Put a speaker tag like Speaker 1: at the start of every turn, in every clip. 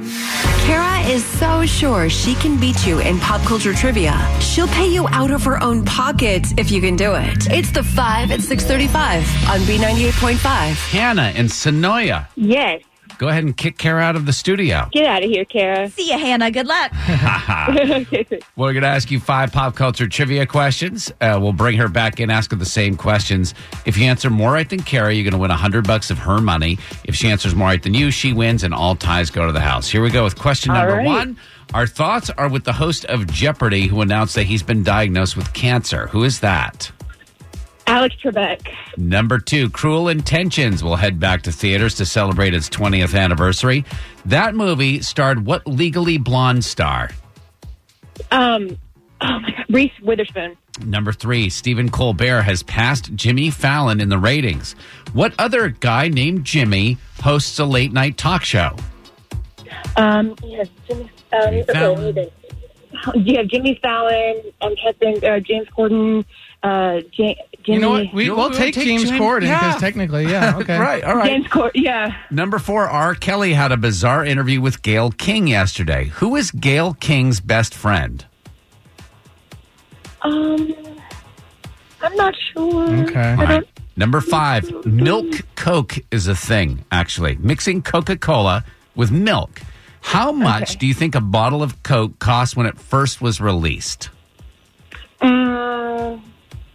Speaker 1: Kara is so sure she can beat you in pop culture trivia. She'll pay you out of her own pocket if you can do it. It's the 5 at 635 on B98.5.
Speaker 2: Hannah and Sonoya.
Speaker 3: Yes.
Speaker 2: Go ahead and kick Kara out of the studio.
Speaker 3: Get out of here, Kara.
Speaker 4: See you, Hannah. Good luck.
Speaker 2: We're going to ask you five pop culture trivia questions. Uh, we'll bring her back in, ask her the same questions. If you answer more right than Kara, you're going to win 100 bucks of her money. If she answers more right than you, she wins, and all ties go to the house. Here we go with question
Speaker 3: All
Speaker 2: number
Speaker 3: right.
Speaker 2: one. Our thoughts are with the host of Jeopardy, who announced that he's been diagnosed with cancer. Who is that?
Speaker 3: Alex Trebek.
Speaker 2: Number two, Cruel Intentions will head back to theaters to celebrate its 20th anniversary. That movie starred what legally blonde star?
Speaker 3: Um, oh my God, Reese Witherspoon.
Speaker 2: Number three, Stephen Colbert has passed Jimmy Fallon in the ratings. What other guy named Jimmy hosts a late night talk show?
Speaker 3: Um, yes, Jimmy. Um, okay,
Speaker 2: Fallon.
Speaker 3: wait a minute. you have Jimmy Fallon. I'm trying to think. Uh, James Corden. Uh, Ja- Jimmy.
Speaker 5: You know what? We,
Speaker 2: You-
Speaker 5: we'll
Speaker 2: we'll
Speaker 5: take,
Speaker 2: take
Speaker 5: James
Speaker 2: Jim-
Speaker 5: Corden because
Speaker 2: Yeah.
Speaker 5: technically, yeah, okay.
Speaker 2: all
Speaker 3: James Corden. Yeah.
Speaker 2: Number four, R. Kelly had a bizarre interview with Gail King yesterday. Who is Gail King's best friend?
Speaker 3: Um, I'm not sure.
Speaker 5: Okay.
Speaker 3: I don't.
Speaker 2: Number five, milk coke is a thing, actually. Mixing Coca Cola with milk. How much do you think a bottle of Coke cost when it first was released?
Speaker 3: Uh,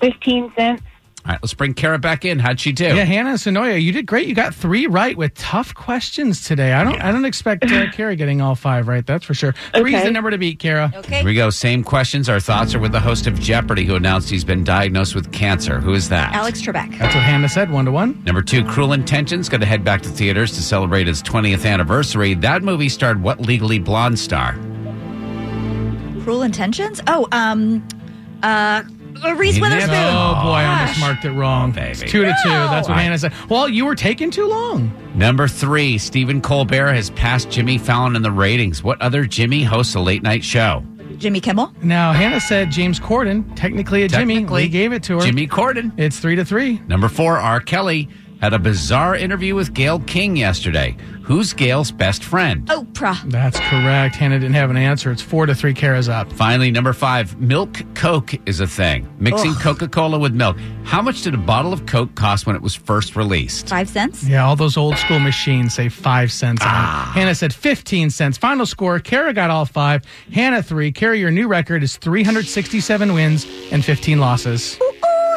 Speaker 3: Fifteen
Speaker 4: Uh,
Speaker 3: cents.
Speaker 2: All right, let's bring Kara back in. How'd she do?
Speaker 5: Yeah, Hannah and Sonoya, you did great. You got three right with tough questions today. I don't, I don't expect uh, Kara getting all five right. That's for sure. Three's
Speaker 3: Okay.
Speaker 5: the number to beat, Kara.
Speaker 2: Here
Speaker 4: Okay.
Speaker 2: we go. Same questions. Our thoughts are with the host of Jeopardy, who announced he's been diagnosed with cancer. Who is that?
Speaker 4: Alex Trebek.
Speaker 5: That's what Hannah said. One to one.
Speaker 2: Number two, Cruel Intentions going to head back to theaters to celebrate its 20th anniversary. That movie starred what Legally Blonde star?
Speaker 4: Cruel Intentions? Oh, um, uh, Reese
Speaker 2: You
Speaker 5: Oh
Speaker 4: Witherspoon.
Speaker 5: boy, I almost
Speaker 4: Gosh.
Speaker 5: marked it wrong.
Speaker 2: baby.
Speaker 5: It's two to two.
Speaker 4: No.
Speaker 5: That's what Hannah said. Well, you were taking too long.
Speaker 2: Number three, Stephen Colbert has passed Jimmy Fallon in the ratings. What other Jimmy hosts a late night show?
Speaker 4: Jimmy Kimmel.
Speaker 5: Now Hannah said James Corden, technically a Jimmy.
Speaker 2: Technically,
Speaker 5: We gave it to her.
Speaker 2: Jimmy Corden.
Speaker 5: It's three to three.
Speaker 2: Number four, R. Kelly had a bizarre interview with Gail King yesterday. Who's Gail's best friend?
Speaker 4: Oprah.
Speaker 5: That's correct. Hannah didn't have an answer. It's four to three. Kara's up.
Speaker 2: Finally, number five, milk Coke is a thing. Mixing Coca Cola with milk. How much did a bottle of Coke cost when it was first released?
Speaker 4: Five cents.
Speaker 5: Yeah, all those old school machines say five cents on it. Hannah said 15 cents. Final score Kara got all five, Hannah three. Kara, your new record is 367 wins and 15 losses.
Speaker 4: Oh,